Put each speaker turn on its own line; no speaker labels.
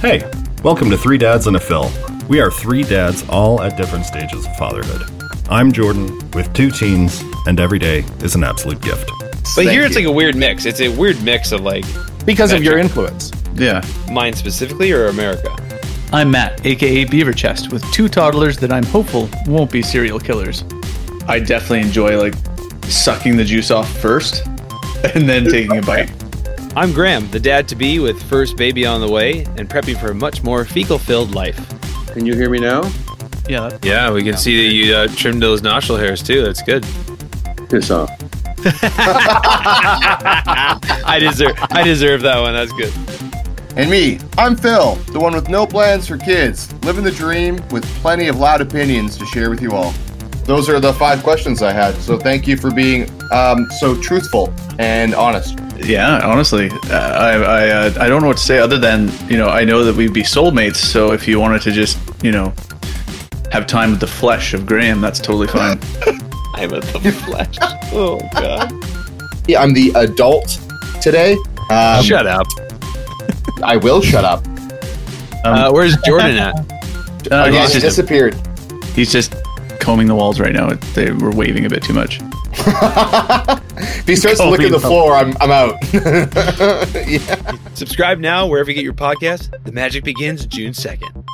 Hey, welcome to Three Dads and a Phil. We are three dads all at different stages of fatherhood. I'm Jordan with two teens, and every day is an absolute gift.
But
Thank
here it's
you.
like a weird mix. It's a weird mix of like
because of
Gotcha.
your influence.
Yeah.
mine specifically or America.
I'm Matt, aka Beaver Chest, with two toddlers that I'm hopeful won't be serial killers. I definitely enjoy like sucking the juice off first and then taking a bite.
I'm Graham, the dad to be with first baby on the way and prepping for a much more fecal filled life.
Can you hear me now?
Yeah, that-
Yeah, we can see that you uh, trimmed those nostril hairs too. That's good.
Piss off.
I deserve I deserve that one. That's good.
And me, I'm Phil, the one with no plans for kids, living the dream with plenty of loud opinions to share with you all. Those are the five questions I had, so thank you for being um, so truthful and honest.
Yeah, honestly, uh, I I, uh, I don't know what to say other than you know I know that we'd be soulmates. So if you wanted to just you know have time with the flesh of Graham, that's totally fine.
I'm at the flesh. Oh god.
Yeah, I'm the adult today. Um,
Shut up.
I will shut up. Um,
Uh, where's Jordan at?
Uh,
Again,
he's,
he
just,
disappeared.
he's just combing the walls right now. They were waving a bit too much.
If he starts to look at the floor, I'm, I'm out. yeah.
Subscribe now wherever you get your podcast. The magic begins June 2nd.